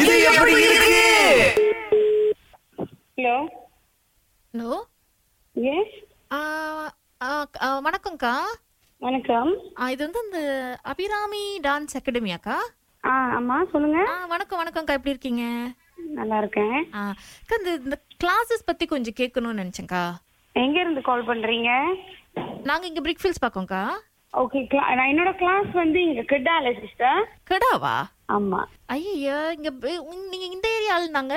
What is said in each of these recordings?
இது எப்படி இருக்கு ஹலோ ஹலோ எஸ் வணக்கம்க்கா வணக்கம் ஆ, இது வந்து இந்த அபிராமி டான்ஸ் அகாடமியாக்கா ஆ ஆமா சொல்லுங்க ஆ வணக்கம் வணக்கம்க்கா எப்படி இருக்கீங்க நல்லா இருக்கேன் ஆ, அக்கா இந்த இந்த கிளாஸஸ் பத்தி கொஞ்சம் கேட்கணும்னு நினைச்சேன்க்கா எங்க இருந்து கால் பண்றீங்க நாங்க இங்க பிரிக்ஃபீல்ஸ் பாக்கோம்க்கா ஓகே நான் என்னோட கிளாஸ் வந்து இங்க கிட்டால சிஸ்டர் கடாவா ஆமா ஐயா இங்க ப- உங்க- நீங்க இந்த ஏரியா நாங்க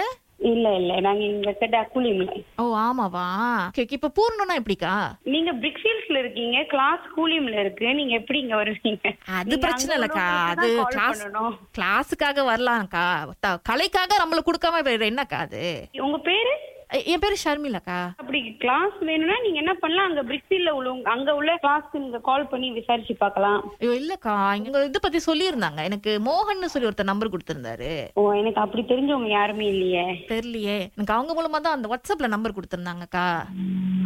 இல்ல இல்ல நாங்க இங்க கிட்டா கூலிமலை ஓ ஆமாவா Okay, okay. இப்ப பூர்ணம்னா எப்படிக்கா நீங்க பிரிக்ஃபீல்ட்ஸ்ல இருக்கீங்க கிளாஸ் கூலிம்ல இருக்கு நீங்க எப்படி இங்க வருவீங்க அது நீங்க பிரச்சனை அங்க இல்லக்கா அது உள்ளவங்களுக்கு தான் call கிளாஸ் பண்ணணும். கிளாஸுக்காக வரலாம்க்கா த- கலைக்காக நம்மளுக்கு கொடுக்காம வேற என்னக்கா அது உங்க பேரு எ- என் பேரு ஷர்மிளாக்கா அப்படி கிளாஸ் வேணும்னா நீங்க என்ன பண்ணலாம் அங்க பிரிக்ஸில்ல உள்ளவங்க அங்க உள்ள கிளாஸ் நீங்க கால் பண்ணி விசாரிச்சு பார்க்கலாம் ஐயோ இல்லக்கா இங்க இத பத்தி சொல்லியிருந்தாங்க எனக்கு மோகன்னு சொல்லி ஒருத்தர் நம்பர் கொடுத்திருந்தாரு ஓ எனக்கு அப்படி தெரிஞ்சவங்க யாருமே இல்லையே தெரியலையே எனக்கு அவங்க மூலமா தான் அந்த வாட்ஸ்அப்ல நம்பர் கொடுத்திருந்தாங்கக்கா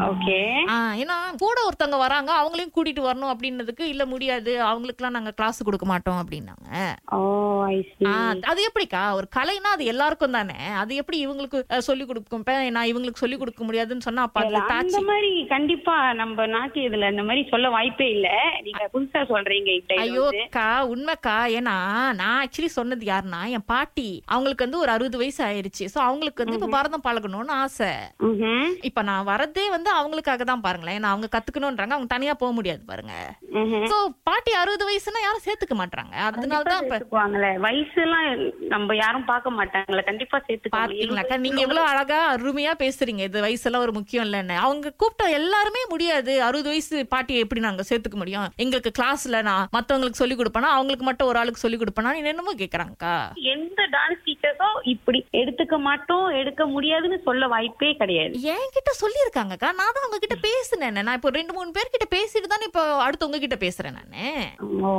ஓகே ஆ, ஏன்னா கூட ஒருத்தவங்க வராங்க அவங்களையும் கூட்டிட்டு வரணும் அப்படின்னதுக்கு இல்ல முடியாது அவங்களுக்குலாம் நாங்க கிளாஸ் கொடுக்க மாட்டோம் அப்படின்னாங்க ஓ ஐ Oh, see ஆ, அது எப்படிக்கா ஒரு கலைனா அது எல்லாருக்கும் தானே அது எப்படி இவங்களுக்கு அஹ், சொல்லிக் கொடுப்பேன் நான் இவங்களுக்கு சொல்லிக் கொடுக்க முடியாதுன்னு சொன்னா அப்ப அது அந்த தாச்சி மாதிரி கண்டிப்பா நம்ம நாட்டு இதுல அந்த மாதிரி சொல்ல வாய்ப்பே இல்ல நீங்க புதுசா சொல்றீங்க இப்ப இது ஐயோ வந்து. அக்கா உண்மைக்கா ஏன்னா நான் ஆக்சுவலி சொன்னது யாருன்னா என் பாட்டி அவங்களுக்கு வந்து ஒரு அறுபது வயசு ஆயிருச்சு சோ அவங்களுக்கு வந்து இப்ப பரதம் பழகணும்னு ஆசை ம்ஹும், இப்ப நான் வரதே வந்து அவங்களுக்காக தான் பாருங்களேன் ஏன்னா அவங்க கத்துக்கணும்ன்றாங்க அவங்க தனியா போக முடியாது பாருங்க ம்ஹும். சோ பாட்டி அறுபது வயசுன்னா யாரும் சேர்த்துக்க மாட்டாங்க அதனால தான் இப்ப சேர்த்துக்குவாங்கல்ல. வயசுலாம் நம்ம யாரும் பார்க்க மாட்டாங்கல்ல கண்டிப்பா பாத்தீங்களாக்கா சேர்த்துக்கலாம் நீங்க எவ்வளவு அழகா அருமையா பேசுறீங்க இது வயசுல ஒரு முக்கியம் இல்லைன்னு அவங்க கூப்பிட்ட எல்லாருமே முடியாது அறுபது வயசு பாட்டியை எப்படி நாங்க சேர்த்துக்க முடியும் எங்களுக்கு கிளாஸ்ல நான் மத்தவங்களுக்கு சொல்லி கொடுப்பேனா அவங்களுக்கு மட்டும் ஒரு ஆளுக்கு சொல்லி கொடுப்பேனா என்னென்னமோ கேக்குறாங்கக்கா எந்த டான்ஸ் டீச்சர்ஸும் இப்படி எடுத்துக்க மாட்டோம் எடுக்க முடியாதுன்னு சொல்ல வாய்ப்பே கிடையாது என்கிட்ட சொல்லியிருக்காங்கக்கா நான் தான் உங்ககிட்ட பேசினேன் நான் இப்போ ரெண்டு மூணு பேர்கிட்ட பேசிட்டு தானே இப்போ அடுத்து உங்ககிட்ட பேசுறேன் நானு ஓ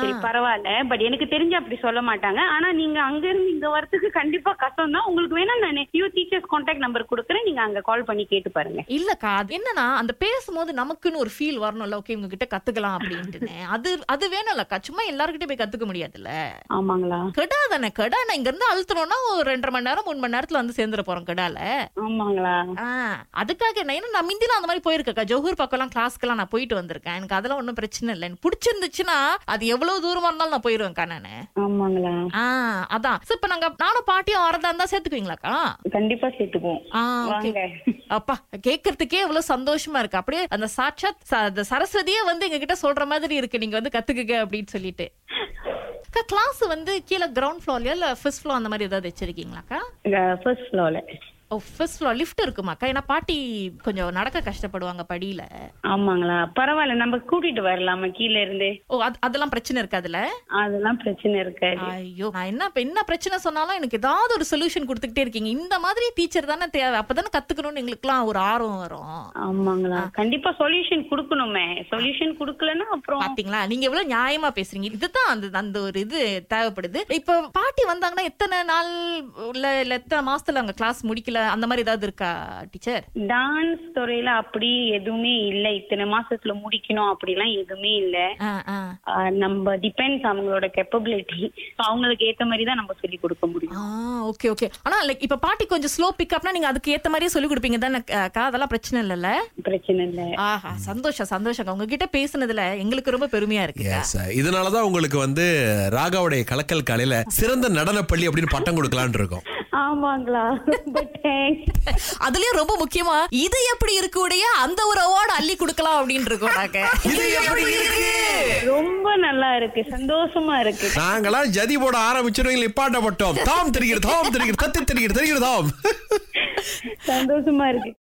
சரி பரவாயில்ல பட் எனக்கு தெரிஞ்சு அப்படி சொல்ல மாட்டாங்க ஆனா நீங்க அங்க இருந்து இங்க வரதுக்கு கண்டிப்பா கஷ்டம் தான் உங்களுக்கு வேணா நான் ஃபியூ டீச்சர்ஸ் கான்டாக்ட் நம்பர் கொடுக்குறேன் நீங்க அங்க கால் பண்ணி கேட்டு பாருங்க இல்லக்கா அது என்னன்னா அந்த பேசும்போது நமக்குன்னு ஒரு ஃபீல் வரணும்ல ஓகே இவங்க கிட்ட கத்துக்கலாம் அப்படின்ட்டுன்னு அது அது வேணும்லக்கா சும்மா எல்லாருக்கிட்டே போய் கத்துக்க முடியாதுல்ல ஆமாங்களா கடா தானே கடா நான் இங்க இருந்து அழுத்தணும்னா ஒரு ரெண்டரை மணி நேரம் மூணு மணி நேரத்துல வந்து சேர்ந்துட போறோம் கடால ஆமாங்களா ஆஹ் அதுக்காக என்ன ஏன்னா நான் மிந்தில அந்த மாதிரி போயிருக்கேக்கா ஜோஹூர் பக்கம்லாம் கிளாஸ்க்கெல்லாம் நான் போயிட்டு வந்திருக்கேன் எனக்கு அதெல்லாம் ஒன்றும் பிரச்சனை இல்லை எனக்கு பிடிச்சிருந்துச்சுன்னா அது எவ்வளவு தூரமா இருந்தாலும் நான் போயிருவேன்க்கா நானு ஆமாங்களா ஆ அதான் சோ இப்ப நாங்க நானும் பாட்டியும் ஆறதா இருந்தா சேர்த்துக்குவீங்களாக்கா கண்டிப்பா சேர்த்துக்குவோம் ஆ ஓகே வாங்க அப்பா கேக்குறதுக்கே எவ்வளவு சந்தோஷமா இருக்கு அப்படியே அந்த சாட்சாத் ச- அந்த சரஸ்வதியே வந்து எங்க கிட்ட சொல்ற மாதிரி இருக்கு நீங்க வந்து கத்துக்குங்க அப்படின்னு சொல்லிட்டு அக்கா கிளாஸ் வந்து கீழே கிரவுண்ட் ஃப்ளோர்லயா இல்ல ஃபர்ஸ்ட் ஃப்ளோர் அந்த மாதிரி ஏதாவது வச்சிருக்கீங்களாக்கா ஃபர்ஸ்ட் ஃப்ளோர்ல ஓ ஃபர்ஸ்ட் ஃப்ளோர் லிஃப்ட் இருக்குமாக்கா ஏன்னா பாட்டி கொஞ்சம் நடக்க கஷ்டப்படுவாங்க படியில ஆமாங்களா பரவாயில்ல நம்ம கூட்டிட்டு வரலாமா கீழ இருந்து ஓ அது அதெல்லாம் பிரச்சனை இருக்காதுல்ல அதெல்லாம் பிரச்சனை இருக்காது ஐயோ நான் என்ன இப்ப என்ன பிரச்சனை சொன்னாலும் எனக்கு ஏதாவது ஒரு சொல்யூஷன் கொடுத்துக்கிட்டே இருக்கீங்க இந்த மாதிரி டீச்சர் தானே தேவை அப்பதானே கத்துக்கணும்னு எங்களுக்குலாம் ஒரு ஆர்வம் வரும் ஆமாங்களா கண்டிப்பா சொல்யூஷன் குடுக்கணுமே சொல்யூஷன் குடுக்கலன்னா அப்புறம் பாத்தீங்களா நீங்க எவ்வளவு நியாயமா பேசுறீங்க இதுதான் அந்த அந்த ஒரு இது தேவைப்படுது இப்ப பாட்டி வந்தாங்கன்னா எத்தனை நாள் இல்ல இல்ல எத்தனை மாசத்துல அவங்க கிளாஸ் முடிக்கல அந்த மாதிரி ஏதாவது இருக்கா டீச்சர் டான்ஸ் துறையில அப்படி எதுவுமே இல்ல இத்தனை மாசத்துல முடிக்கணும் அப்படிலாம் எதுவுமே இல்ல ஆஹ் நம்ம டிபெண்ட்ஸ் அவங்களோட கேப்பபிலிட்டி அவங்களுக்கு ஏத்த மாதிரி தான் நம்ம சொல்லி கொடுக்க முடியும் ஓகே ஓகே ஆனா லைக் இப்ப பாட்டி கொஞ்சம் ஸ்லோ பிக்கப்னா நீங்க அதுக்கு ஏத்த மாதிரியே சொல்லி கொடுப்பீங்க தானே அக்கா அதெல்லாம் பிரச்சனை இல்லல்ல பிரச்சனை இல்ல ஆஹா சந்தோஷம் சந்தோஷம் உங்ககிட்ட பேசுனதுல எங்களுக்கு ரொம்ப பெருமையா இருக்கு Yes, sir. இதனாலதான் உங்களுக்கு வந்து ராகாவுடைய கலக்கல் காலையில சிறந்த நடன பள்ளி அப்படின்னு பட்டம் கொடுக்கலாம்னு இருக்கோம் ஆமாங்களா But thanks. அதுலயும் ரொம்ப முக்கியமா இது எப்படி இருக்கு உடைய அந்த ஒரு அவார்டு அள்ளி கொடுக்கலாம் அப்படின்னு இருக்கோம் நாங்க இது எப்படி இருக்கு ரொம்ப நல்லா இருக்கு சந்தோஷமா இருக்கு நாங்களாம் ஜதி போட ஆரம்பிச்சிருவீங்க நிப்பாட்டப்பட்டோம் தாம் தெரிகிறது தாம் தெரிகிறது தத்தி தெரிகிறது தெரிகிறது தாம் சந்தோஷமா இருக்கு